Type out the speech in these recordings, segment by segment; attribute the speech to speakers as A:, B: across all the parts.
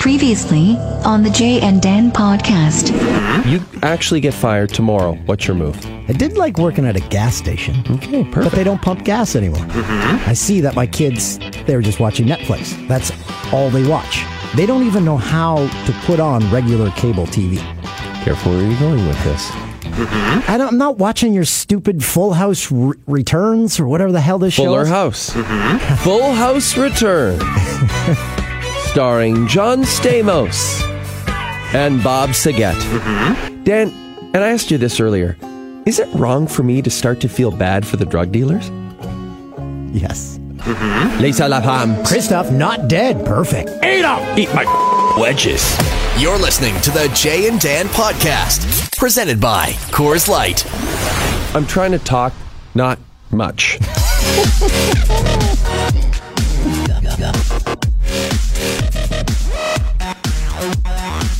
A: Previously on the Jay and Dan podcast.
B: You actually get fired tomorrow. What's your move?
C: I did like working at a gas station,
B: Okay,
C: but
B: perfect. Mm-hmm.
C: they don't pump gas anymore. I see that my kids, they're just watching Netflix. That's all they watch. They don't even know how to put on regular cable TV.
B: Mm. Careful where you're going with this.
C: I don't, I'm not watching your stupid Full House re- returns or whatever the hell this show
B: Fuller
C: is.
B: House. Mm-hmm. Full House Return. Starring John Stamos and Bob Saget. Dan, and I asked you this earlier. Is it wrong for me to start to feel bad for the drug dealers?
C: Yes.
B: Lisa Lapam.
C: Christoph, not dead. Perfect.
B: Eat my wedges.
D: You're listening to the Jay and Dan podcast, presented by Coors Light.
B: I'm trying to talk, not much.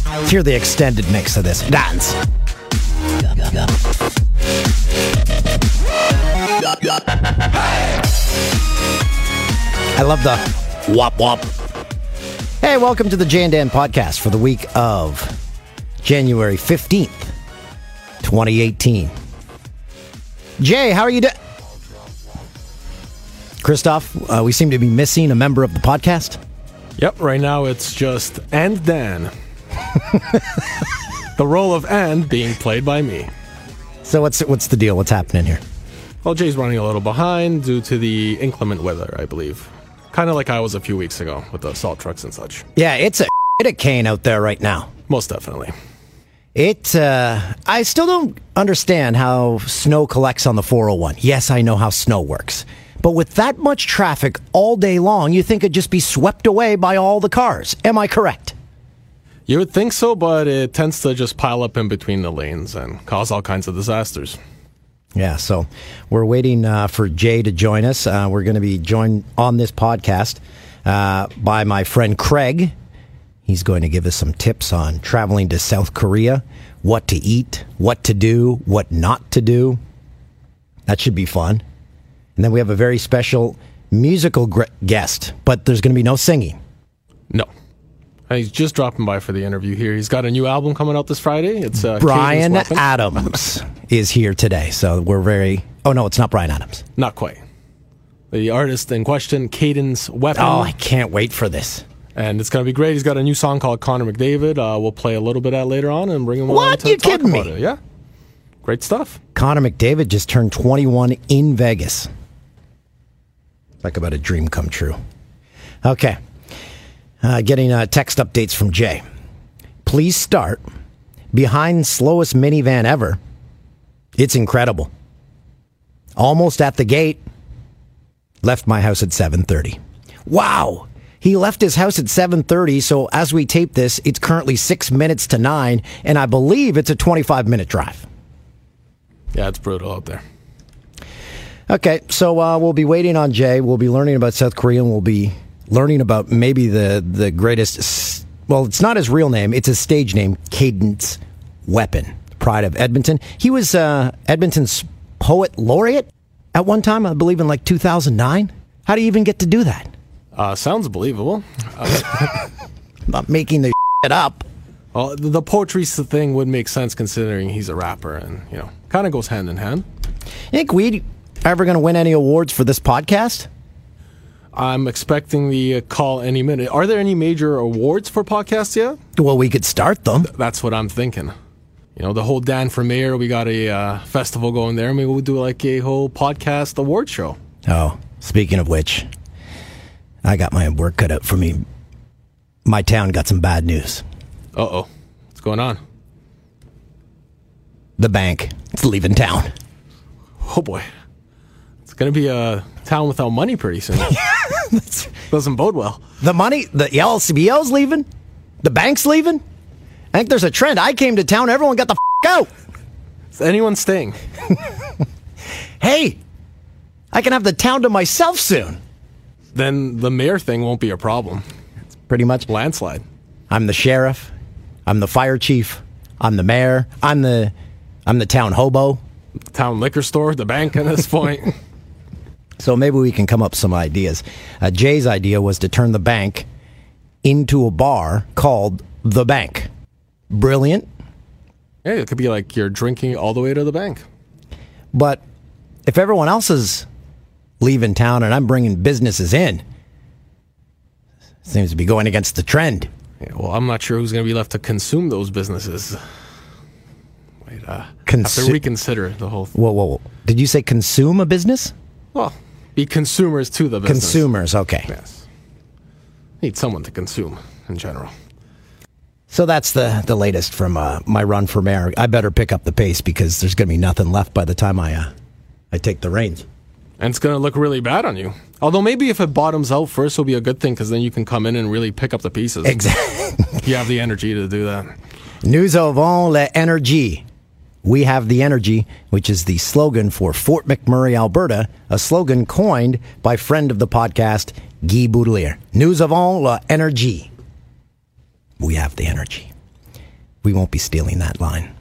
C: Let's hear the extended mix of this. Dance. I love the wop wop. Hey, welcome to the Jan Dan podcast for the week of January 15th, 2018. Jay, how are you doing? Christoph, uh, we seem to be missing a member of the podcast.
E: Yep, right now it's just and Dan. the role of and being played by me.
C: So what's what's the deal? What's happening here?
E: Well, Jay's running a little behind due to the inclement weather, I believe. Kind of like I was a few weeks ago with the salt trucks and such.
C: Yeah, it's a it a cane out there right now.
E: Most definitely.
C: It uh, I still don't understand how snow collects on the 401. Yes, I know how snow works. But with that much traffic all day long, you think it'd just be swept away by all the cars. Am I correct?
E: You would think so, but it tends to just pile up in between the lanes and cause all kinds of disasters.
C: Yeah, so we're waiting uh, for Jay to join us. Uh, we're going to be joined on this podcast uh, by my friend Craig. He's going to give us some tips on traveling to South Korea, what to eat, what to do, what not to do. That should be fun. And then we have a very special musical gr- guest, but there's going to be no singing.
E: No. And he's just dropping by for the interview here. He's got a new album coming out this Friday. It's uh, Cadence
C: Brian
E: Weapon.
C: Adams is here today, so we're very. Oh no, it's not Brian Adams.
E: Not quite. The artist in question, Cadence Weapon.
C: Oh, I can't wait for this.
E: and it's gonna be great. He's got a new song called Connor McDavid. Uh, we'll play a little bit of that later on and bring him on
C: What?
E: to
C: You
E: talk
C: kidding
E: about
C: me?
E: it. Yeah, great stuff.
C: Connor McDavid just turned 21 in Vegas. Like about a dream come true. Okay. Uh, getting uh, text updates from Jay. Please start behind slowest minivan ever. It's incredible. Almost at the gate. Left my house at 7:30. Wow. He left his house at 7:30, so as we tape this, it's currently 6 minutes to 9 and I believe it's a 25-minute drive.
E: Yeah, it's brutal out there.
C: Okay, so uh, we'll be waiting on Jay. We'll be learning about South Korea, and we'll be learning about maybe the the greatest. s- Well, it's not his real name; it's his stage name, Cadence Weapon, pride of Edmonton. He was uh, Edmonton's poet laureate at one time, I believe, in like 2009. How do you even get to do that?
E: Uh, sounds believable. Uh,
C: I'm not making the shit up.
E: Well, th- the poetry s- thing would make sense considering he's a rapper, and you know, kind of goes hand in hand.
C: Think we ever going to win any awards for this podcast?
E: I'm expecting the uh, call any minute. Are there any major awards for podcasts yet?
C: Well, we could start them.
E: That's what I'm thinking. You know, the whole Dan for Mayor, we got a uh, festival going there. Maybe we'll do like a whole podcast award show.
C: Oh, speaking of which, I got my work cut out for me. My town got some bad news.
E: Uh oh, what's going on?
C: The bank, it's leaving town.
E: Oh boy. It's going to be a town without money pretty soon. Doesn't bode well.
C: The money, the LCBO's leaving. The bank's leaving. I think there's a trend. I came to town, everyone got the f- out.
E: Is anyone staying?
C: Hey, I can have the town to myself soon.
E: Then the mayor thing won't be a problem.
C: Pretty much.
E: Landslide.
C: I'm the sheriff. I'm the fire chief. I'm the mayor. I'm the, I'm the town hobo.
E: Town liquor store, the bank at this point.
C: So maybe we can come up with some ideas. Uh, Jay's idea was to turn the bank into a bar called The Bank. Brilliant,
E: Yeah, it could be like you're drinking all the way to the bank.
C: but if everyone else is leaving town and I'm bringing businesses in, seems to be going against the trend.
E: Yeah, well, I'm not sure who's going to be left to consume those businesses. Wait, uh, have
C: Consu-
E: to reconsider the whole. Th-
C: Whoa, whoa, whoa. Did you say consume a business?
E: well, be consumers to the business.
C: Consumers, okay.
E: Yes. Need someone to consume in general.
C: So that's the, the latest from uh, my run for mayor. I better pick up the pace because there's going to be nothing left by the time I, uh, I take the reins.
E: And it's going to look really bad on you. Although maybe if it bottoms out first, will be a good thing because then you can come in and really pick up the pieces.
C: Exactly.
E: You have the energy to do that.
C: Nous avons l'énergie. We have the energy, which is the slogan for Fort McMurray, Alberta, a slogan coined by friend of the podcast, Guy Boudelier. Nous avons l'énergie. We have the energy. We won't be stealing that line.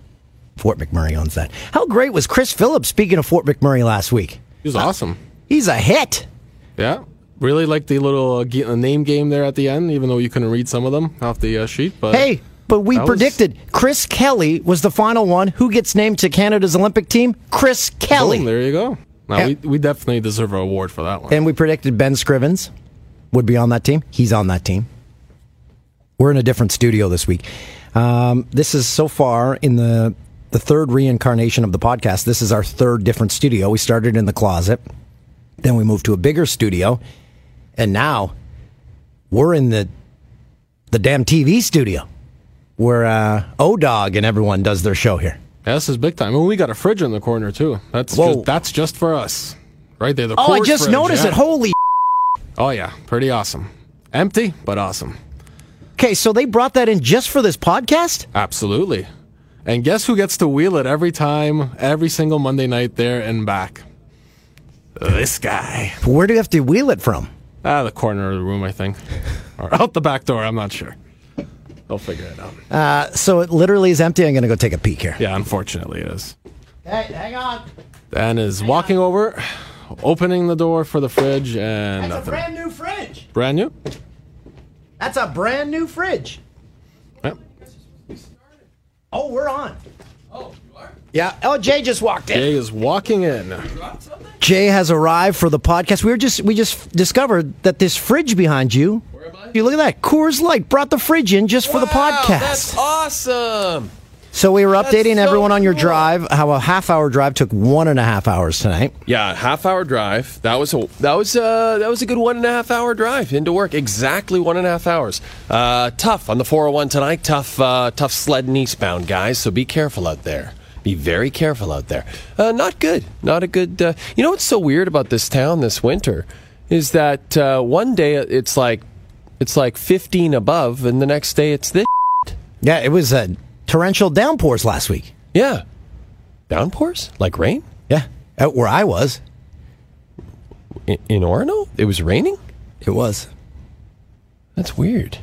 C: Fort McMurray owns that. How great was Chris Phillips speaking of Fort McMurray last week?
E: It was awesome.
C: He's a hit.
E: Yeah. Really like the little uh, ge- uh, name game there at the end, even though you couldn't read some of them off the uh, sheet. But
C: Hey, but we
E: that was-
C: predicted Chris Kelly was the final one. Who gets named to Canada's Olympic team? Chris Kelly.
E: Boom, there you go. Now,
C: Yeah.
E: we, we definitely deserve an award for that one.
C: And we predicted Ben Scrivens would be on that team. He's on that team. We're in a different studio this week. Um, this is so far in the the third reincarnation of the podcast. This is our third different studio. We started in the closet, then we moved to a bigger studio, and now we're in the the damn TV studio where uh, O Dog and everyone does their show here.
E: Yeah, this is big time. And we got a fridge in the corner, too. That's,
C: Whoa.
E: just, that's just for us. Right there. The
C: Oh, I
E: cord
C: just
E: fridge,
C: noticed
E: yeah.
C: it. Holy
E: Oh, yeah. Pretty awesome. Empty, but awesome.
C: okay. So they brought that in just for this podcast.
E: Absolutely. And guess who gets to wheel it every time, every single Monday night there and back? This guy.
C: Where do you have to wheel it from?
E: Ah, the corner of the room, I think. Or out the back door, I'm not sure. They'll figure it out.
C: So it literally is empty. I'm going to go take a peek here.
E: Yeah, unfortunately it is.
C: Hey, hang on.
E: Dan is walking over, opening the door for the fridge, and nothing.
C: new fridge.
E: Brand new?
C: That's a brand new fridge.
E: Yep.
C: Oh, we're on. Oh, you are? Yeah. Oh, Jay just walked in.
E: Jay is walking in.
C: Jay has arrived for the podcast. We were just we just discovered that this fridge behind you. Where am I? You look at that. Coors Light brought the fridge in just for the podcast.
B: awesome.
C: So we were updating
B: so
C: everyone on your
B: cool.
C: drive. How a half hour drive took one and a half hours tonight.
B: Yeah, half hour drive. That was a that was a, that was a good one and a half hour drive into work. Exactly one and a half hours. Uh, tough on the 401 tonight. Tough uh, tough sledding eastbound, guys. So be careful out there. Be very careful out there. Uh, not good. Not a good. Uh, you know what's so weird about this town this winter is that uh, one day it's like it's like 15 above, and the next day it's this.
C: Yeah, it was uh, torrential downpours last week.
B: Yeah, downpours like rain
C: Yeah, out where I was,
B: in, in Orono. It was raining.
C: it was
B: That's weird.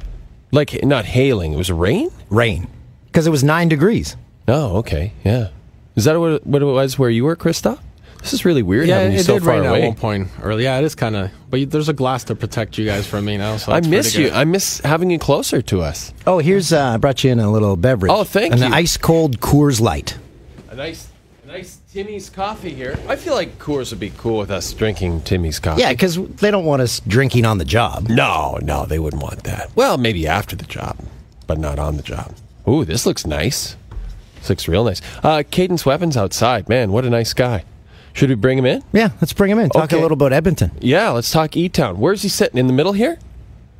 B: Like not hailing, it was rain?
C: rain because it was nine degrees.
B: Oh, okay. Yeah. Is that what what it was where you were, Krista? This is really weird having you so far
E: at
B: away.
E: one point. Early, yeah, it is kind of. But you- there's a glass to protect you guys from me now. So
B: I
E: that's
B: miss
E: pretty
B: you.
E: good.
B: I miss having you closer to us.
C: Oh, here's uh, I brought you in a little beverage.
B: Oh, thank
C: an
B: you.
C: An ice cold Coors Light.
B: A nice nice Timmy's coffee here. I feel like Coors would be cool with us drinking Timmy's coffee.
C: Yeah, because they don't want us drinking on the job.
B: No, no, they wouldn't want that. Well, maybe after the job, but not on the job. Ooh, this looks nice. This looks real nice. Uh, Cadence Weapons outside. Man, what a nice guy. Should we bring him in?
C: Yeah, let's bring him in. Talk
B: Okay.
C: a little about Edmonton.
B: Yeah, let's talk E Town. Where's he sitting? In the middle here?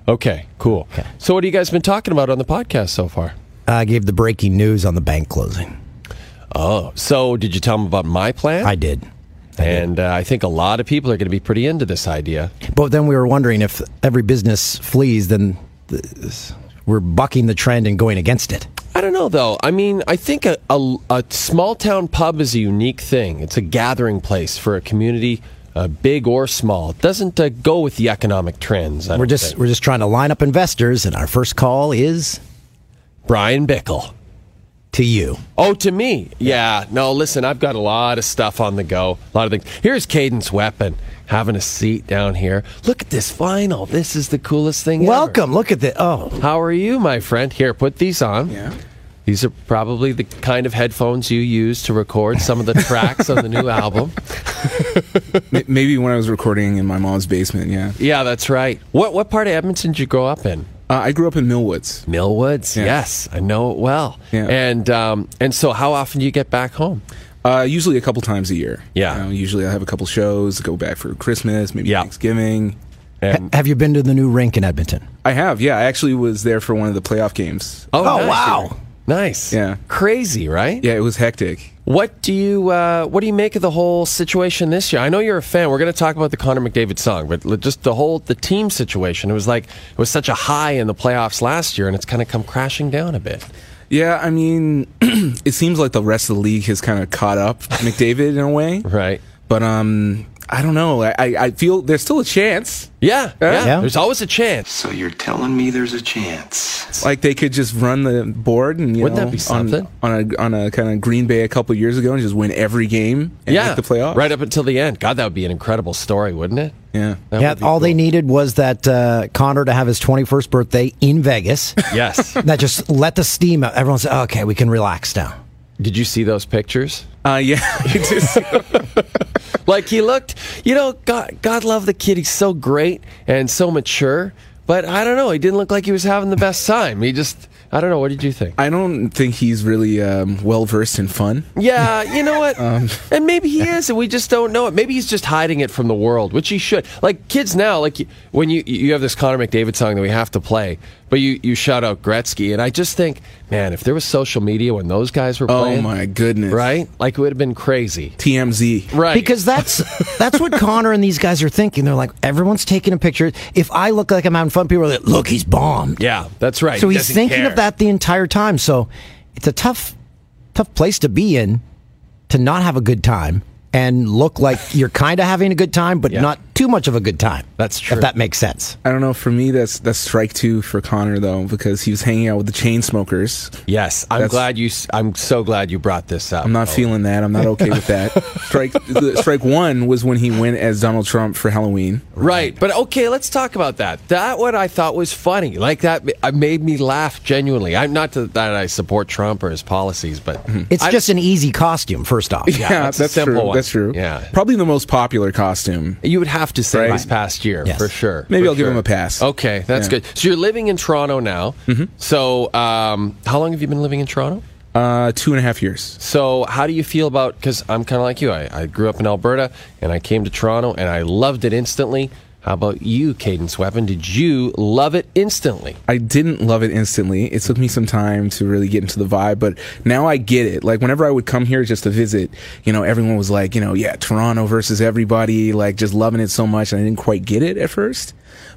B: Okay, cool. So, what have you guys been talking about on the podcast so far?
C: I gave the breaking news on the bank closing.
B: So, did you tell him about my plan?
C: I did,
B: and uh, I think a lot of people are going to be pretty into this idea.
C: but then we were wondering if every business flees, then th- we're bucking the trend and going against it.
B: I don't know, though. I mean, I think a, a, a small town pub is a unique thing. It's a gathering place for a community, uh, big or small. It doesn't uh, go with the economic trends. I
C: We're
B: don't
C: just
B: think.
C: we're just trying to line up investors, and our first call is
B: Brian Bickle.
C: to you.
B: Oh, to me. Yeah. No, listen, I've got a lot of stuff on the go. A lot of things. Here's Caden's weapon. Having a seat down here. Look at this vinyl. This is the coolest thing ever.
C: Welcome. Look at the oh,
B: How are you, my friend? Here, put these on. Yeah. These are probably the kind of headphones you use to record some of the tracks on the new album.
F: M- Maybe when I was recording in my mom's basement, yeah.
B: Yeah, that's right. What what part of Edmonton did you grow up in?
F: Uh, I grew up in Millwoods.
B: Millwoods.
F: Yeah.
B: Yes, I know it well.
F: Yeah.
B: And um, and so how often do you get back home?
F: Uh, usually a couple times a year.
B: Yeah.
F: You know, usually I have a couple shows, go back for Christmas, maybe
B: Yeah.
F: Thanksgiving.
C: ha- have you been to the new rink in Edmonton?
F: I have, yeah. I actually was there for one of the playoff games.
C: Oh,
B: nice.
C: wow.
B: Nice.
F: Yeah.
B: Crazy, right?
F: Yeah, it was hectic.
B: What do you uh, what do you make of the whole situation this year? I know you're a fan. We're going to talk about the Connor McDavid song, but l- just the whole the team situation. It was like it was such a high in the playoffs last year, and it's kind of come crashing down a bit.
F: Yeah, I mean, it seems like the rest of the league has kind of caught up McDavid in a way.
B: Right.
F: But um, I don't know. I, I, I feel there's still a chance.
B: Yeah, yeah.
C: Yeah.
B: There's always a chance.
G: So you're telling me there's a chance?
F: Like they could just run the board and you
B: Wouldn't
F: know,
B: that be
F: on-
B: something?
F: on a on a kind of Green Bay a couple years ago and just win every game and
B: yeah,
F: make the playoffs.
B: right up until the end. God, that would be an incredible story, wouldn't it?
F: Yeah.
B: That
C: yeah,
B: would be
C: all they
B: cool.
C: needed was that uh, Connor to have his 21st birthday in Vegas.
B: Yes.
C: that just let the steam out. Everyone said, okay, we can relax now.
B: Did you see those pictures?
F: Uh, yeah. It just-
B: Like he looked, you know, God, God love the kid. He's so great and so mature, but I don't know. He didn't look like he was having the best time. He just, I don't know. What did you think?
F: I don't think he's really um, well versed in fun.
B: Yeah, you know what?
C: Um,
B: and maybe he is, and we just don't know it. Maybe he's just hiding it from the world, which he should. Like kids now, like y- when you you have this Connor McDavid song that we have to play, but you you shout out Gretzky, and I just think, man, if there was social media when those guys were
F: Oh
B: playing,
F: my goodness.
B: right? Like it would have been crazy,
F: TMZ.
B: right?
C: Because that's that's what Connor and these guys are thinking. They're like, everyone's taking a picture. If I look like I'm having fun, people are like, look, he's bombed.
B: yeah, that's right.
C: So
B: He
C: he's
B: doesn't
C: thinking
B: care.
C: of that the entire time. So it's a tough, tough place to be in to not have a good time and look like you're kind of having a good time, but
B: Yeah.
C: not too much of a good time. That's
B: true.
C: If that makes sense.
F: I don't know. For me, that's that's strike two for Connor though, because he was hanging out with the chain smokers.
B: Yes, I'm
F: That's-
B: glad you. s- I'm so glad you brought this up.
F: I'm not feeling that. I'm not okay with that. strike the- strike one was when he went as Donald Trump for Halloween.
B: Right, but okay, let's talk about that. That one I thought was funny. Like that ma- uh, made me laugh genuinely. I'm not to, that I support Trump or his policies, but
F: Mm-hmm.
C: It's
B: I-
C: just an easy costume, first off.
B: Yeah, that's a simple
F: true.
B: one.
F: That's true.
B: Yeah.
F: Probably the most popular costume.
B: you would have to say
F: Right.
B: this past year
C: Yes.
B: for sure.
F: Maybe
B: For
F: I'll give
B: sure.
F: him a pass.
B: Okay, that's
F: Yeah. Mm-hmm.
B: good. So you're living in Toronto now. So um, how long have you been living in Toronto?
F: Uh, two and a half years.
B: So, how do you feel about? Because I'm kind of like you. I, I grew up in Alberta, and I came to Toronto, and I loved it instantly. How about you, Cadence Weapon? Did you love it instantly?
F: I didn't love it instantly. It took me some time to really get into the vibe, but now I get it. Like whenever I would come here just to visit, you know, everyone was like, you know, yeah, Toronto versus everybody, like just loving it so much, and I didn't quite get it at first.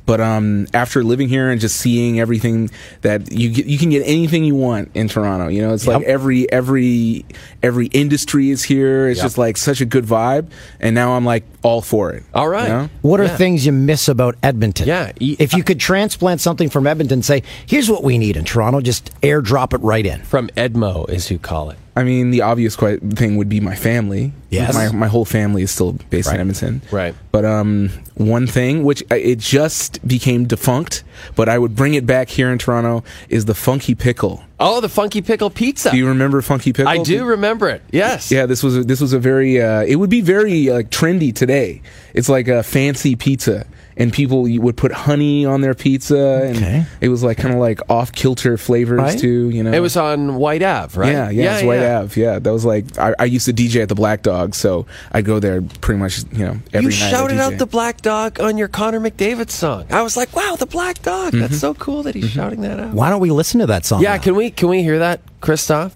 F: But um, after living here and just seeing everything that you get, you can get anything you want in Toronto. You know, it's like every every every industry is here. It's
B: Yep.
F: just like such a good vibe, and now I'm like all for it.
B: All right.
F: you know?
C: What are
B: Yeah.
C: things you miss about Edmonton?
B: Yeah, e-
C: if you could transplant something from Edmonton, say, here's what we need in Toronto, just airdrop it right in.
B: From Edmo is who call it.
F: I mean, the obvious que- thing would be my family.
C: Yes.
F: my, my whole family is still based in Edmonton.
B: Right.
F: But um, one thing which I- it just became defunct, but I would bring it back here in Toronto is the Funky Pickle.
B: Oh, the Funky Pickle Pizza.
F: Do you remember Funky Pickle?
B: I do remember it. Yes.
F: Yeah, this was a, this was a very uh, it would be very like trendy today. It's like a fancy pizza, and people you would put honey on their pizza, and
C: Okay.
F: it was like kind of like off kilter flavors
C: Right.
F: too. You know,
B: It was on White Ave, right?
F: yeah, yeah, it's White Ave. Yeah, that was like I, I used to DJ at the Black Dog, so I go there pretty much, you know, every
B: You
F: night. I
B: shouted out
F: DJ.
B: the Black Dog on your Connor McDavid song. I was like, wow, the Black Dog.
F: Mm-hmm.
B: That's so cool that he's shouting that out.
C: Why don't we listen to that song?
B: Yeah,
C: now?
B: can we can we hear that, Christoph?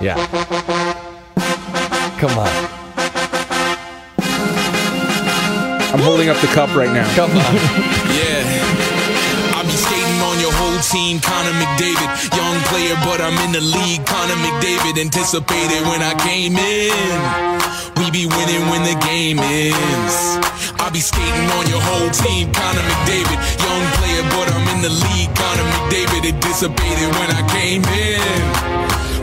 B: Yeah. Come on.
F: I'm holding up the cup right now.
B: Come on.
H: Yeah. I be skating on your whole team, Connor McDavid. Young player, but I'm in the league. Connor McDavid anticipated when I came in. We be winning when the game ends. I I be skating on your whole team, Connor McDavid. Young player, but I'm in the league, Connor McDavid. It dissipated when I came in.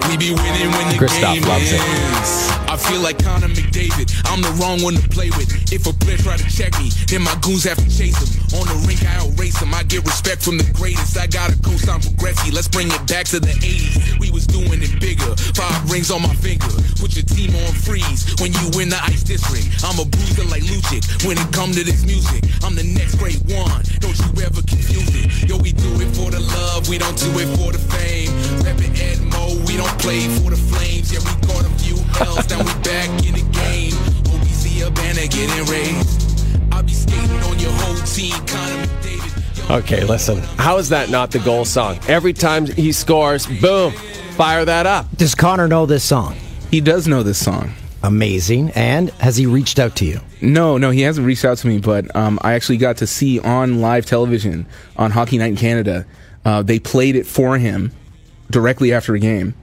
H: We be winning when the
B: Kristoff
H: game
B: loves it.
H: ends. I feel like Connor McDavid. I'm the wrong one to play with. If a player try to check me, then my goons have to chase him. On the rink, I outrace him. I get respect from the greatest. I got a co-sign for Gretzky. Let's bring it back to the 80s. We was doing it bigger. Five rings on my finger. Put your team on freeze when you win the ice district. I'm a bruiser like Lucic. When it come to this music, I'm the next great one. Don't you ever confuse it. Yo, we do it for the love. We don't do it for the fame. Reppin' Edmo. We don't play for the flames. Yeah, we got a few L's. now we back in the game. OBC a banner getting raised. I be skating on your whole team. Connor McDavid. Young
B: Okay, listen. How is that not the goal song? Every time he scores, boom, fire that up.
C: Does Connor know this song?
F: He does know this song.
C: Amazing. And has he reached out to you?
F: No, no, he hasn't reached out to me, but um, I actually got to see on live television on Hockey Night in Canada. Uh, they played it for him directly after a game,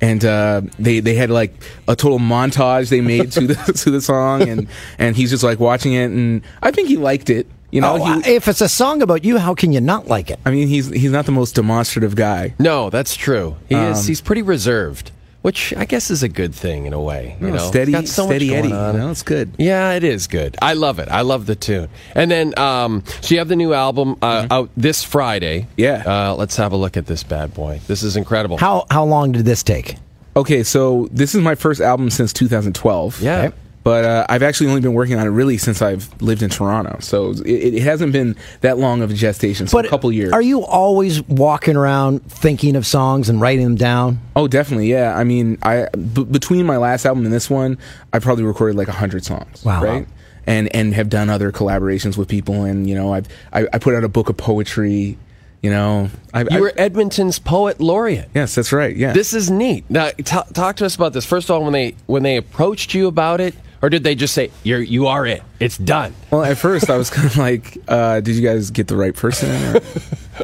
F: and uh, they they had like a total montage they made to the to the song, and and he's just like watching it, and I think he liked it. You know,
C: Oh,
F: he,
C: if it's a song about you, how can you not like it?
F: I mean, he's he's not the most demonstrative guy.
B: No, that's true. He
F: Um,
B: is. He's pretty reserved, which I guess is a good thing in a way. You
F: No,
B: know,
F: steady,
B: He's got so much
F: steady
B: going
F: Eddie.
B: on.
F: You know, it's good.
B: Yeah, it is good. I love it. I love the tune. And then, um, so you have the new album uh, out this Friday.
F: Mm-hmm. Yeah.
B: Uh, let's have a look at this bad boy. This is incredible.
C: How how long did this take?
F: Okay, so this is my first album since 2012.
B: Yeah. Okay.
F: But uh, I've actually only been working on it really since I've lived in Toronto, so it, it hasn't been that long of a gestation. So
C: But
F: a couple years.
C: Are you always walking around thinking of songs and writing them down?
F: oh, definitely. Yeah. I mean, I b- between my last album and this one, I probably recorded like hundred songs.
C: Wow.
F: Right. And and have done other collaborations with people, and you know, I've I, I put out a book of poetry. You know, I,
B: you
F: I-
B: were Edmonton's poet laureate.
F: yes, that's right. Yeah.
B: This is neat. Now, t- talk to us about this. First of all, when they when they approached you about it, or did they just say you're you are it? It's done.
F: Well, at first I was kind of like, uh, "Did you guys get the right person?"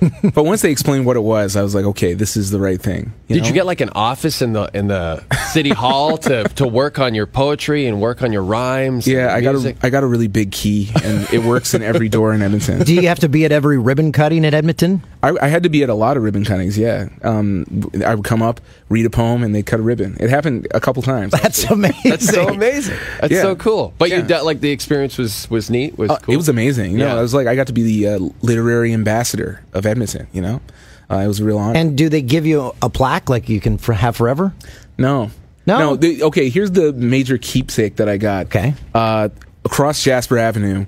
F: Or- but once they explained what it was, I was like, "Okay, this is the right thing."
B: Did you
F: know?
B: get like an office in the in the city hall to, to work on your poetry and work on your rhymes? and
F: Yeah,
B: your
F: I got
B: music?
F: a I got a really big key, and it works in every door in Edmonton.
C: Do you have to be at every ribbon cutting at Edmonton?
F: I, I had to be at a lot of ribbon cuttings. Yeah, um, w- I would come up, read a poem, and they would cut a ribbon. It happened a couple times.
C: That's amazing.
B: That's so amazing. That's
F: Yeah.
B: so cool. But you
F: Yeah.
B: de- like the experience was was neat. Was
F: Uh,
B: cool.
F: It was amazing. You know,
B: Yeah.
F: I was like, I got to be the uh, literary ambassador of Edmonton. You know, uh, it was a real honor.
C: And do they give you a plaque like you can for, have forever?
F: No.
C: No?
F: the- okay, here's the major keepsake that I got.
C: Okay.
F: Uh, across Jasper Avenue,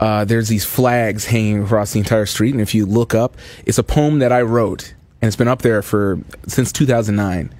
F: uh, there's these flags hanging across the entire street. And if you look up, it's a poem that I wrote. And it's been up there for since 2009.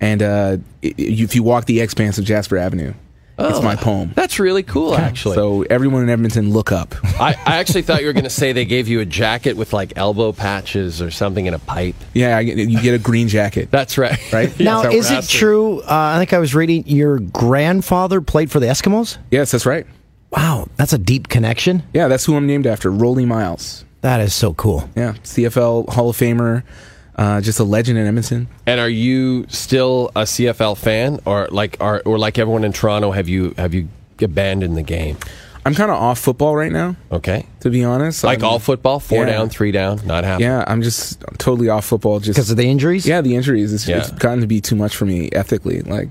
F: And uh, i- i- if you walk the expanse of Jasper Avenue, it's my poem.
B: That's really cool, actually.
F: So everyone in Edmonton, look up.
B: I, I actually thought you were going to say they gave you a jacket with like elbow patches or something and a pipe.
F: Yeah, I get- you get a green jacket.
B: That's right.
F: Right?
C: now,
F: That's how
C: is
F: we're
C: it
F: asking.
C: true? Uh, I think I was reading your grandfather played for the Eskimos.
F: Yes, that's right.
C: Wow, that's a deep connection.
F: Yeah, that's who I'm named after, Rolly Miles.
C: That is so cool.
F: Yeah, CFL Hall of Famer, uh, just a legend in Edmonton.
B: And are you still a CFL fan, or like are or like everyone in Toronto? Have you have you abandoned the game?
F: I'm kind of off football right now,
B: Okay.
F: to be honest.
B: Like
F: I'm-
B: all football, four
F: Yeah.
B: down, three down, not happening.
F: Yeah, I'm just totally off football. Just
C: Because of the injuries?
F: yeah, the injuries. It's, it's
B: Yeah.
F: gotten to be too much for me ethically. Like,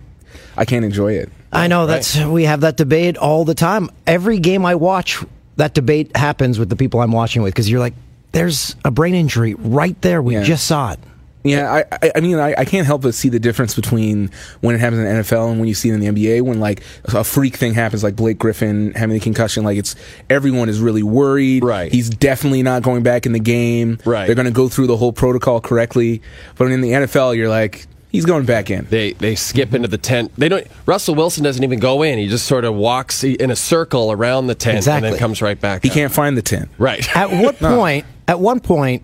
F: I can't enjoy it.
C: I know that's we have that debate all the time. Every game I watch, that debate happens with the people I'm watching with because you're like, there's a brain injury right there. We
F: Yeah.
C: just saw it.
F: Yeah, I, I, I mean, I, I can't help but see the difference between when it happens in the NFL and when you see it in the NBA. When like a freak thing happens, like Blake Griffin having the concussion, like it's everyone is really worried.
B: Right.
F: he's definitely not going back in the game.
B: Right.
F: they're going to go through the whole protocol correctly. But in the NFL, you're like, he's going back in.
B: They they skip into the tent. They don't. Russell Wilson doesn't even go in. He just sort of walks in a circle around the tent and
C: Exactly.
B: then comes right back.
F: He
B: out.
F: can't find the tent.
B: Right.
C: At what point? At one point,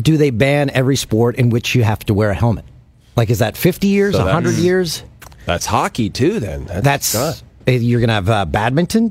C: do they ban every sport in which you have to wear a helmet? Like, is that 50 years, a
B: So that's-
C: 100 years?
B: That's hockey too. Then
C: That's
B: done.
C: eh, you're gonna have uh, badminton,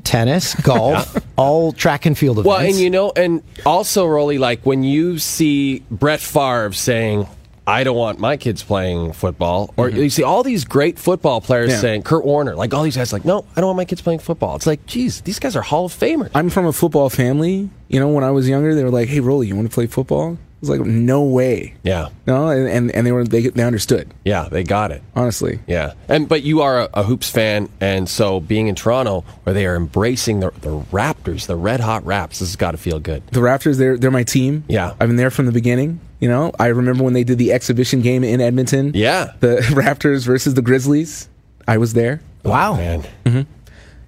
C: tennis, golf, all track and field events.
B: Well, and you know, and also, Rolly, like when you see Brett Favre saying, I don't want my kids playing football. Or you see all these great football players
F: Mm-hmm. Yeah.
B: saying, Kurt Warner, like all these guys, like, no, I don't want my kids playing football. It's like, geez, these guys are Hall of Famers.
F: I'm from a football family. You know, when I was younger, they were like, "Hey, Rolly, you want to play football?" I was like, "No way."
B: Yeah.
F: No, and and, and they were they they understood
B: Yeah, they got it.
F: honestly.
B: Yeah, and but you are a, a hoops fan, and so being in Toronto where they are embracing the, the Raptors, the red hot Raps, this has got to feel good.
F: The Raptors, they're they're my team.
B: Yeah.
F: I've been there from the beginning. You know, I remember when they did the exhibition game in Edmonton.
B: Yeah.
F: the Raptors versus the Grizzlies. I was there.
C: Wow.
B: man.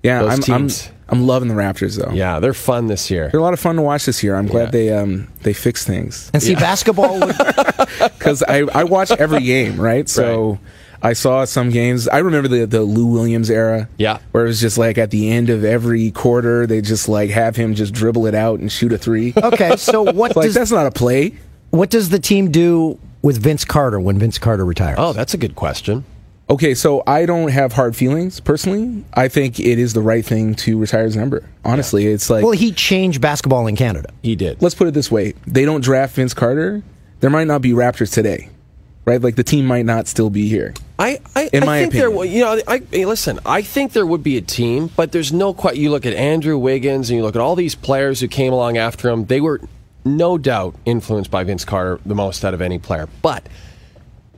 F: Yeah,
B: Those
F: I'm,
B: teams.
F: I'm I'm loving the Raptors though.
B: Yeah, they're fun this year.
F: They're a lot of fun to watch this year. I'm glad
B: Yeah.
F: they um they fix things
C: And see, basketball would
F: because I I watch every game right. So
B: Right.
F: I saw some games. I remember the the Lou Williams era.
B: Yeah.
F: where it was just like at the end of every quarter they just like have him just dribble it out and shoot a three.
C: Okay, so what
F: Like
C: does
F: that's not a play.
C: what does the team do with Vince Carter when Vince Carter retires?
B: Oh, that's a good question.
F: Okay, so I don't have hard feelings personally. I think it is the right thing to retire his number. Honestly, it's like
C: well, he changed basketball in Canada.
B: He did.
F: let's put it this way: they don't draft Vince Carter, there might not be Raptors today, right? Like the team might not still be here.
B: I, I,
F: In
B: I
F: my
B: think
F: opinion.
B: there, wa- you know, I hey, listen. I think there would be a team, but there's no quite. You look at Andrew Wiggins, and you look at all these players who came along after him. They were no doubt influenced by Vince Carter the most out of any player, but.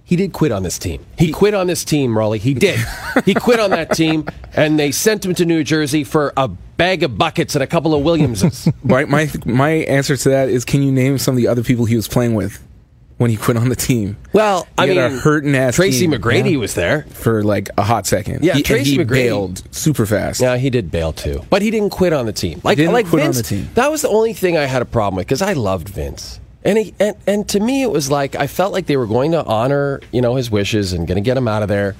B: He did quit on this team. He quit on this team, Raleigh. He did. he quit on that team, and they sent him to New Jersey for a bag of buckets and a couple of Williamses.
F: My my my answer to that is: Can you name some of the other people he was playing with when he quit on the team?
B: Well, I
F: He
B: mean,
F: had a hurting ass
B: Tracy
F: team,
B: McGrady
F: yeah.
B: was there.
F: for like a hot second.
B: Yeah,
F: he, and
B: Tracy
F: he
B: McGrady-
F: bailed super fast.
B: Yeah, he did bail too, but he didn't quit on the team. Like,
F: didn't
B: like
F: quit on
B: Vince,
F: the team.
B: That was the only thing I had a problem with because I loved Vince, and he and, and to me it was like I felt like they were going to honor you know his wishes and going to get him out of there.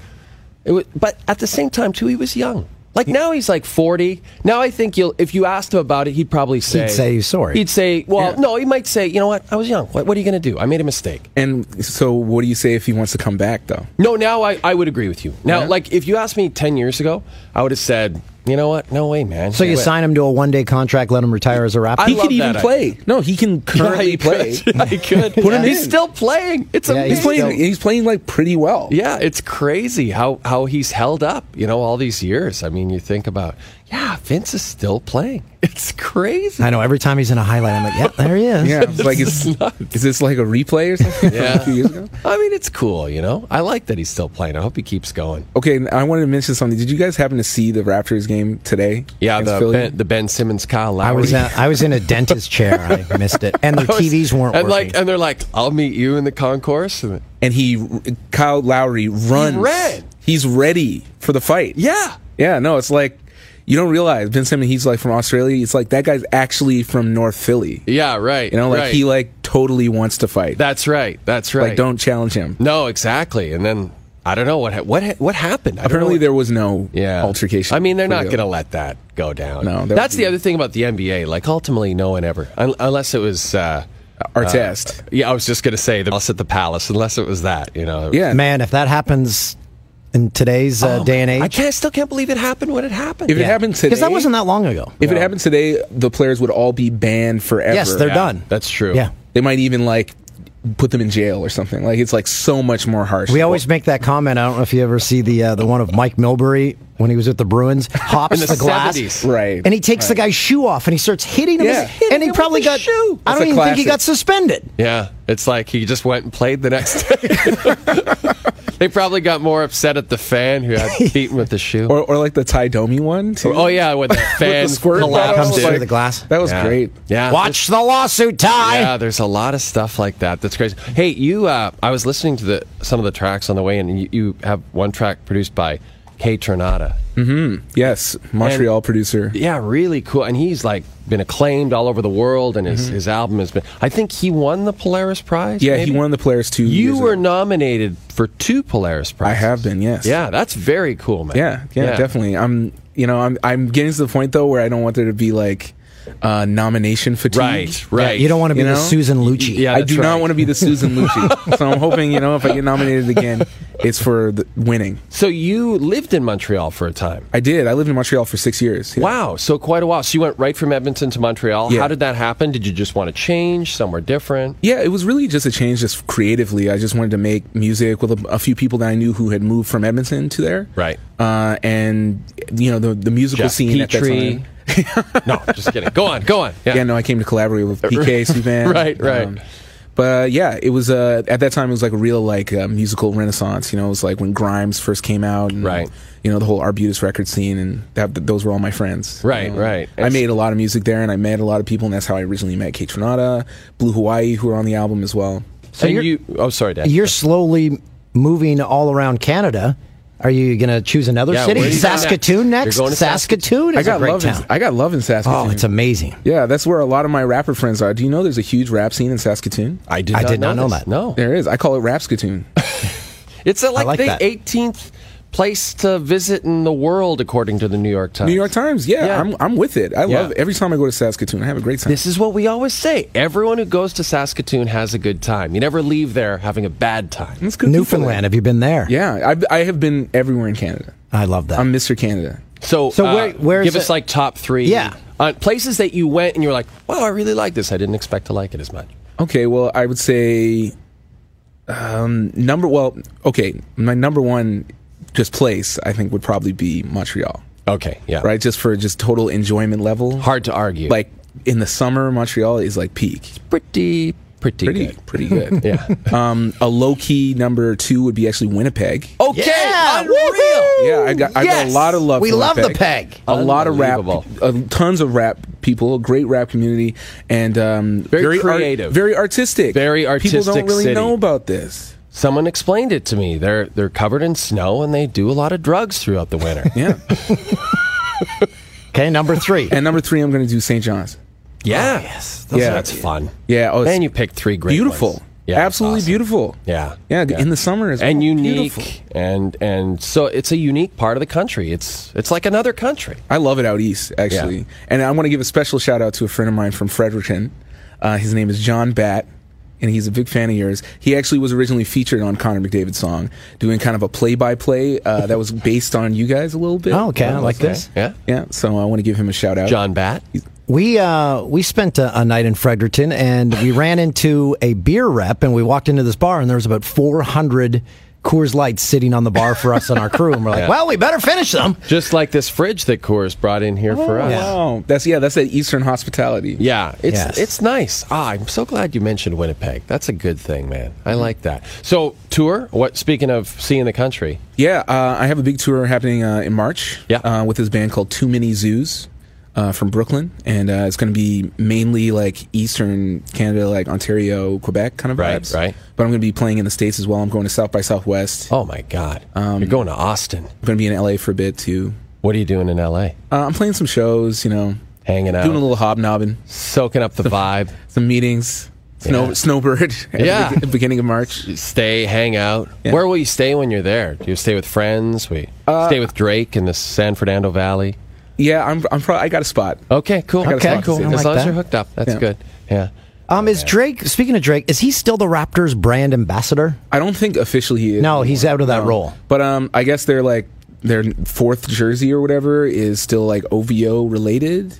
B: It was, but at the same time too, he was young. Like now he's like forty. Now I think you'll if you asked him about it, he'd probably say
C: say he's sorry.
B: He'd say, well,
F: Yeah.
B: no, he might say, you know what, I was young. What, what are you going to do? I made a mistake.
F: And so, what do you say if he wants to come back though?
B: No, now I, I would agree with you. Now,
F: Yeah.
B: like if you asked me ten years ago, I would have said, you know what, no way, man.
C: So you
B: Quit.
C: sign him to a one day contract, let him retire as a Raptor.
B: I
F: He
B: love
F: could even
B: that
F: play. No, he can currently
B: he
F: play.
B: Could. Yeah, he could.
F: Put him
B: He's
F: in.
B: still playing. It's
C: Yeah,
B: amazing.
F: He's playing. He's playing like pretty well.
B: Yeah, it's crazy how how he's held up. You know, all these years. I mean, you think about yeah, Vince is still playing. It's crazy.
C: I know every time he's in a highlight, I'm like, yeah, there he is.
F: Yeah, it's like is, is this like a replay or something? from a few years ago?
B: I mean, it's cool. You know, I like that he's still playing. I hope he keeps going.
F: Okay, and I wanted to mention something. Did you guys happen to see the Raptors game today?
B: Yeah,
F: against
B: the
F: Philly?
B: ben, the Ben Simmons Kyle Lowry.
C: I was in, I was in a dentist chair. I missed it, and their
B: I was-
C: TVs weren't
B: and
C: working.
B: like and they're like, I'll meet you in the concourse. And,
F: and he Kyle Lowry runs.
B: ran.
F: He's ready for the fight.
B: yeah,
F: yeah. No, it's like you don't realize Ben Simmons. He's like from Australia. It's like that guy's actually from North Philly.
B: yeah, right.
F: You know, like
B: right.
F: he like totally wants to fight.
B: That's right. That's right.
F: like don't challenge him.
B: No, exactly. And then I don't know what ha- what ha- what happened. I don't know
F: Apparently,
B: what-
F: there was no
B: yeah.
F: altercation.
B: I mean, they're
F: for
B: not
F: real.
B: going to let that go down.
F: No, that
B: that's
F: would be-
B: the other thing about the NBA. Like ultimately, no one ever, un- unless it was. Uh,
F: our test.
B: yeah, I was just going to say the us at the palace, unless it was that. You know.
F: Yeah,
C: Man, if that happens in today's uh,
B: Oh,
C: day and age,
B: I can't. I still can't believe it happened when it happened.
F: If it happened today,
C: because that wasn't that long ago.
F: If it happened today, the players would all be banned forever.
C: Yes, they're done.
B: That's true.
C: Yeah.
F: They might even like put them in jail or something. Like it's like so much more harsh.
C: We always make that comment. I don't know if you ever see the uh, the one of Mike Milbury when he was with the Bruins, hops
B: In the
C: the, glass,
B: 70s.
F: Right,
C: And he takes the guy's shoe off and he starts hitting him,
F: Yeah.
C: with-
F: Hitting
C: and he
F: him
C: probably
F: with the
C: got.
F: shoe.
C: I
F: That's a
C: don't even think he
F: classic.
C: got suspended.
B: Yeah, it's like he just went and played the next day. they probably got more upset at the fan who had beaten with the shoe.
F: or, or like the Ty Domi one. Too.
B: oh yeah, when the fan
F: squirt
B: collapsed.
F: bottle,
C: Comes
F: like-
C: through the glass.
F: that was
B: Yeah.
F: great.
B: Yeah.
C: Watch the lawsuit, Ty.
B: Yeah, there's a lot of stuff like that. That's crazy. Hey, you, uh, I was listening to the some of the tracks on the way, in, and you, you have one track produced by Kay Tornada.
F: Hmm. Yes, Montreal producer.
B: Yeah, really cool. And he's like been acclaimed all over the world, and his, his album has been. I think he won the Polaris Prize.
F: Mm-hmm. Yeah,
B: maybe?
F: he won the players too.
B: You were nominated for two Polaris
F: I
B: prizes.
F: have been. Yes.
B: Yeah, that's very cool, man.
F: Yeah, yeah, definitely. I'm, you know, I'm, I'm getting to the point though where I don't want there to be like, uh, nomination fatigue.
B: Right, right.
C: You don't want to be
F: You
C: the
F: know?
C: Susan Lucci.
B: Yeah,
F: I
B: that's
F: do
B: right.
F: not want to be the Susan Lucci. so I'm hoping, you know, if I get nominated again, it's for the winning.
B: So you lived in Montreal for a time.
F: I did. I lived in Montreal for six years. Yeah.
B: Wow, so quite a while. So you went right from Edmonton to Montreal.
F: Yeah.
B: How did that happen? Did you just want to change somewhere different?
F: Yeah, it was really just a change, just creatively. I just wanted to make music with a, a few people that I knew who had moved from Edmonton to there.
B: Right.
F: Uh, and you know the the musical
B: Jeff
F: scene at that
B: Petrie.
F: time.
B: no, just kidding. Go on, go on. Yeah.
F: Yeah. no, I came to collaborate with PK Subban.
B: Right, right.
F: but uh, yeah, it was uh, at that time it was like a real like uh, musical renaissance. You know, it was like when Grimes first came out, and,
B: Right.
F: You know, the whole Arbutus record scene, and that, those were all my friends. you
B: Right,
F: know.
B: right.
F: I made a lot of music there, and I met a lot of people, and that's how I originally met Kate Trinata, Blue Hawaii, who were on the album as well.
B: So
C: you're-
B: you oh sorry, Dad.
C: You're slowly moving all around Canada. Are you going to choose another
B: Yeah,
C: city?
B: where are you going
C: Saskatoon
B: next?
C: next.
B: You're going to
C: Saskatoon is
F: I got
C: a great
F: love.
C: town.
F: In, I got love in Saskatoon.
C: oh, it's amazing.
F: Yeah, that's where a lot of my rapper friends are. Do you know there's a huge rap scene in Saskatoon?
B: I did
C: I
B: not
C: did
B: know
C: not know
B: this.
C: that.
B: No.
F: There is. I call it Rapskatoon.
B: It's uh, like,
C: like
B: the
C: that.
B: 18th place to visit in the world, according to the New York Times.
F: New York Times. Yeah,
B: Yeah.
F: I'm, I'm with it. I
B: Yeah.
F: love every time I go to Saskatoon. I have a great time.
B: This is what we always say. Everyone who goes to Saskatoon has a good time. You never leave there having a bad time.
F: It's good people
C: Newfoundland.
F: there.
C: Have you been there?
F: Yeah, I've, I have been everywhere in Canada.
B: Uh-huh.
C: I love that.
B: Um,
F: I'm Mr. Canada.
B: So,
C: So
B: uh,
C: where- where is
B: give
C: it-
B: us like top three.
C: Yeah.
B: uh, places that you went and you were like, wow, I really like this. I didn't expect to like it as much.
F: Okay, well, I would say um, number. Well, okay, my number one just place I think would probably be Montreal.
B: Okay, yeah.
F: Right, just for just total enjoyment level.
B: Hard to argue.
F: Like in the summer, Montreal is like peak.
B: pretty, pretty,
F: Pretty,
B: good.
F: pretty good.
B: Yeah.
F: Um, a low key number two would be actually Winnipeg.
B: Okay.
C: Yeah,
B: unreal.
F: Yeah, I got, I got a
B: Yes!
F: lot of love.
C: we
F: for
C: love the
F: Winnipeg.
C: peg.
F: A lot of rap,
B: Unbelievable.
F: uh, tons of rap people, a great rap community, and um, very, art-
B: creative.
F: very artistic,
B: Very
F: People
B: artistic
F: don't really
B: city.
F: know about this.
B: Someone explained it to me. They're they're covered in snow and they do a lot of drugs throughout the winter.
F: Yeah.
C: Okay, number three.
F: and number three, I'm going to do St. John's.
B: Yeah.
C: Oh, yes.
B: Those-
F: Yeah.
B: That's fun.
F: Yeah, oh, it's
B: and you pick three great
F: Beautiful,
B: ones. it's
F: absolutely
B: awesome.
F: beautiful.
B: Yeah.
F: yeah, In the summer is
B: and unique
F: beautiful.
B: and and so it's a unique part of the country. It's it's like another country.
F: I love it out east, actually.
B: Yeah.
F: And I want to give a special shout out to a friend of mine from Fredericton. Uh, his name is John Batt, and he's a big fan of yours. He actually was originally featured on Connor McDavid's song, doing kind of a play by play that was based on you guys a little bit.
C: Oh, okay, I like this.
B: Yeah.
F: Yeah, so I want to give him a shout out.
B: John Bat.
C: We uh, we spent a, a night in Fredericton, and we ran into a beer rep, and we walked into this bar, and there was about 400 Coors Lights sitting on the bar for us and our crew, and we're like, well, we better finish them.
B: Just like this fridge that Coors brought in here for us. Yeah.
F: Oh, Wow, that's yeah, that's that Eastern hospitality.
B: it's
C: Yes.
B: it's nice. Ah, I'm so glad you mentioned Winnipeg. That's a good thing, man. I like that. So tour. What? Speaking of seeing the country,
F: Yeah, uh, I have a big tour happening uh, in March.
B: Yeah.
F: uh, with this band called Too Many Zoos uh, from Brooklyn, and uh, it's going to be mainly like Eastern Canada, like Ontario, Quebec kind of
B: Right,
F: vibes.
B: right.
F: But I'm going to be playing in the states as well. I'm going to South by Southwest.
B: oh my God,
C: Um,
B: you're going to Austin.
F: I'm going to be in LA for a bit too.
B: What are you doing in L.A.?
F: Uh, I'm playing some shows, you know,
B: Hanging out,
F: doing a little hobnobbing,
B: soaking up the vibe.
F: some meetings. Snow,
B: Yeah.
F: Snowbird. at the
B: Yeah.
F: be- beginning of March.
B: Stay, hang out.
F: Yeah. Uh,
B: Where will you stay when you're there? Do you stay with friends? We stay with Drake in the San Fernando Valley.
F: Yeah, I'm. I'm. Pro- I got a spot.
B: Okay, cool.
F: gotta
B: Okay,
F: talk to
B: cool.
F: Sid.
B: As
C: I like
B: long as
C: that.
B: you're hooked up, that's
F: Yeah.
B: good. Yeah.
C: Um, is Drake? Speaking of Drake, is he still the Raptors brand ambassador?
F: I don't think officially he is.
C: No, he's out of that role.
F: But um, I guess they're like their fourth jersey or whatever is still like OVO related.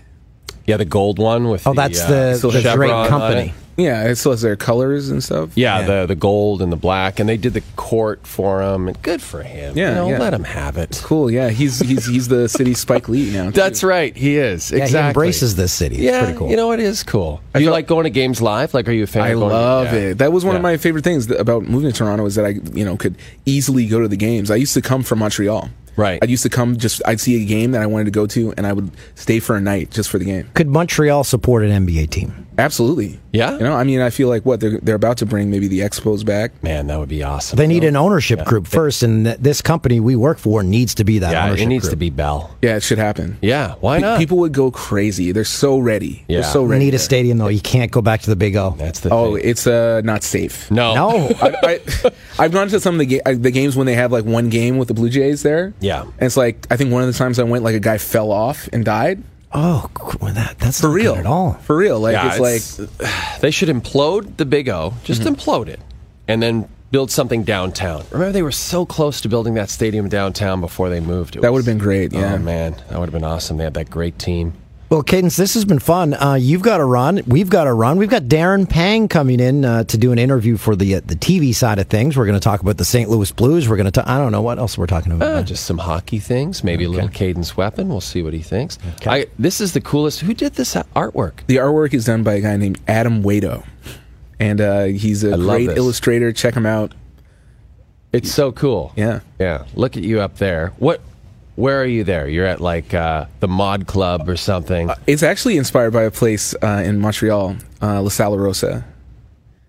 B: Yeah, the gold one with
C: Oh, that's the,
B: silver
C: the
B: chevron uh, on
C: Drake
B: it.
C: company.
F: Yeah, it still has their colors and stuff.
B: Yeah, the the gold and the black, and they did the court for him. And good for him.
F: Yeah,
B: you know,
F: yeah.
B: let him have it.
F: cool. Yeah, he's he's he's the city Spike Lee now. too.
B: That's right. He is
C: Yeah,
B: exactly
C: he embraces this city. It's
B: yeah,
C: pretty cool.
B: you know it is cool. Do you like going to games live? Like, are you a fan?
F: I
B: of going
F: love
B: to, yeah.
F: it. That was one
B: Yeah.
F: of my favorite things th- about moving to Toronto is that I, you know, could easily go to the games. I used to come from Montreal.
B: Right.
F: I used to come just I'd see a game that I wanted to go to and I would stay for a night just for the game.
C: Could Montreal support an NBA team?
F: Absolutely.
B: Yeah?
F: You know, I mean, I feel like what they're they're about to bring maybe the Expos back.
B: Man, that would be awesome.
C: They need an ownership group first, and th- this company we work for needs to be that
B: yeah,
C: ownership
B: it needs
C: group.
B: to be Bell.
F: Yeah, it should happen.
B: Yeah, why
F: Pe-
B: not?
F: People would go crazy. They're so ready.
B: Yeah.
F: They're so
C: We
F: ready.
C: need a
F: there.
C: stadium, though. You can't go back to the Big O.
B: That's the
F: Oh,
B: thing.
F: it's uh, not safe.
B: no,
C: No.
F: I, I, I've gone to some of the, ga- uh, the games when they have like one game with the Blue Jays there.
B: Yeah.
F: And it's like, I think one of the times I went, like a guy fell off and died.
C: Oh, cool. that that's
F: for
C: not good
F: real
C: at all.
F: For real, like
B: Yeah,
F: it's, like Mm-hmm.
B: like they should implode the Big O, just implode it, and then build something downtown. Remember, they were so close to building that stadium downtown before they moved. It
F: That
B: was-
F: would've been great, yeah.
B: oh man, that would have been awesome. They had that great team.
C: Well, Cadence, this has been fun. Uh, you've got to run. We've got to run. We've got Darren Pang coming in uh, to do an interview for the uh, the TV side of things. We're going to talk about the St. Louis Blues. We're going to. I don't know what else we're talking about.
B: Uh,
C: man.
B: just some hockey things, maybe a little cadence weapon. We'll see what he thinks. I, this is the coolest. Who did this artwork?
F: the artwork is done by a guy named Adam Waito, and uh, he's a
B: I love
F: great
B: this.
F: illustrator. Check him out.
B: It's so cool.
F: Yeah.
B: yeah. Look at you up there. What? Where are you there? You're at like uh, the Mod Club or something.
F: It's actually inspired by a place uh, in Montreal, uh, La Sala Rosa.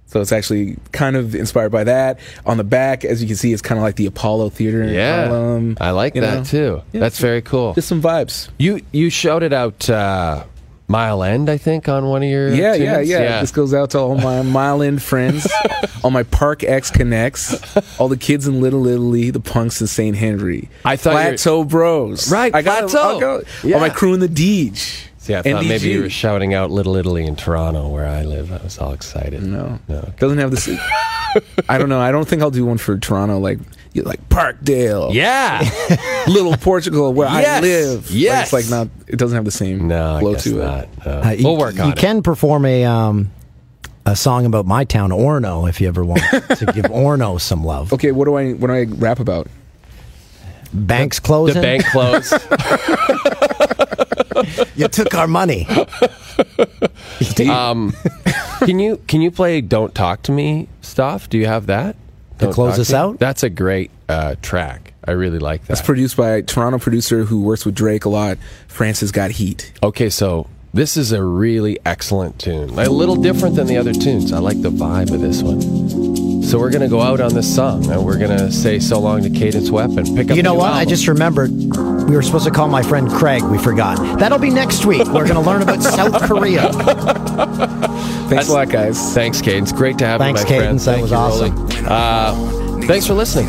F: So it's actually kind of inspired by that. On the back, as you can see, it's kind of like the Apollo Theater.
B: yeah,
F: column,
B: I like
F: you
B: that
F: know?
B: too.
F: Yeah,
B: That's
F: it's-
B: very cool.
F: Just some vibes.
B: You you shouted out uh, Mile End, I think, on one of your
F: Yeah,
B: tunes?
F: yeah, yeah, This goes out to all my Mile End friends, all my Park X connects, all the kids in Little Italy, the punks in St. Henry.
B: I thought you were-
F: Plateau Bros.
B: Right,
F: I got
B: Plateau. Yeah.
F: All my crew in the Deej.
B: See, I thought maybe you
F: NDG.
B: were shouting out Little Italy in Toronto, where I live. I was all excited.
F: No,
B: no.
F: Oh. doesn't have this. I don't know. I don't think I'll do one for Toronto. Like, you like Parkdale,
B: Yeah,
F: Little Portugal, where I
B: Yes.
F: live. Like,
B: Yes.
F: it's like not. It doesn't have the same
B: no, I
F: flow
B: guess
F: to
B: not.
F: it.
B: No.
C: Uh, you-
B: we'll work on
C: You
B: it.
C: can perform a um, a song about my town, Orno, if you ever want to give Orno some love.
F: Okay, what do I what do I rap about?
C: Banks
B: the
C: closing.
B: bank closed.
C: You took our money.
B: um, can you can you play "Don't Talk to Me" stuff? Do you have that
C: To
B: Don't
C: close
B: Talk
C: us
B: Me?
C: out?
B: That's a great uh, track. I really like that.
F: It's produced by a Toronto producer who works with Drake a lot. Francis Got Heat.
B: Okay, so this is a really excellent tune. A little different than the other tunes. I like the vibe of this one. So we're gonna go out on this song, and we're gonna say so long to Cadence Weapon. Pick up.
C: You know
B: the new
C: what? I
B: album.
C: just remembered we were supposed to call my friend Craig. We forgot. That'll be next week. We're going to learn about South Korea.
F: Thanks a lot, guys.
B: Thanks, Cadence. Great to have
C: Thanks,
B: you, my friend.
C: Cadence. That
B: Thank
C: was
B: you,
C: awesome.
B: Rolly. Uh, thanks for listening.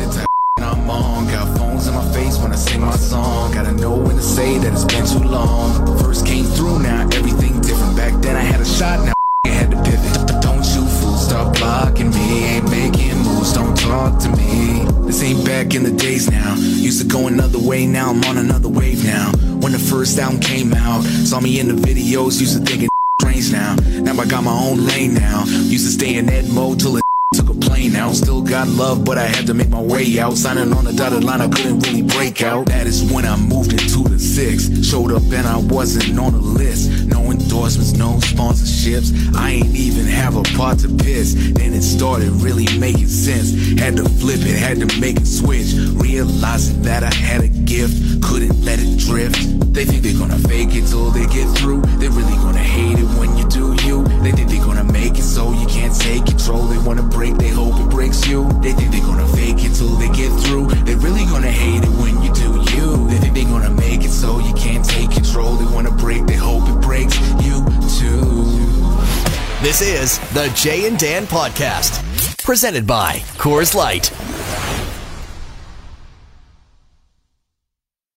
H: I'm on, got phones in my face when I sing my song. Gotta know when to say that it's been too long. First came through, now everything different. Back then I had a shot, now I had to pivot. Don't you fool, stop blocking me. Ain't making moves, don't talk to me. This ain't back in the days now. Used to go another way, now I'm on another wave now. When the first album came out, saw me in the videos, used to thinking strange now. Now I got my own lane now. Used to stay in that mode till it took a plane out. Still got love, but I had to make my way out. Signing on the dotted line, I couldn't really break out. That is when I moved into the six. Showed up and I wasn't on the list. No endorsements, no sponsorships. I ain't even have a part to piss. Then it started really making sense. Had to flip it, had to make a switch. Realizing that I had a gift, couldn't let it drift. They think they're gonna fake it till they get through. They really gonna hate it when you do you. They think they're gonna make it so you can't take control. They wanna break, they hope it breaks you. They think they're gonna fake it till they get through. They really gonna hate it when you do you. They think they're gonna make it so you can't take control. They wanna break, they hope it breaks you too.
D: This is the Jay and Dan Podcast, presented by Coors Light.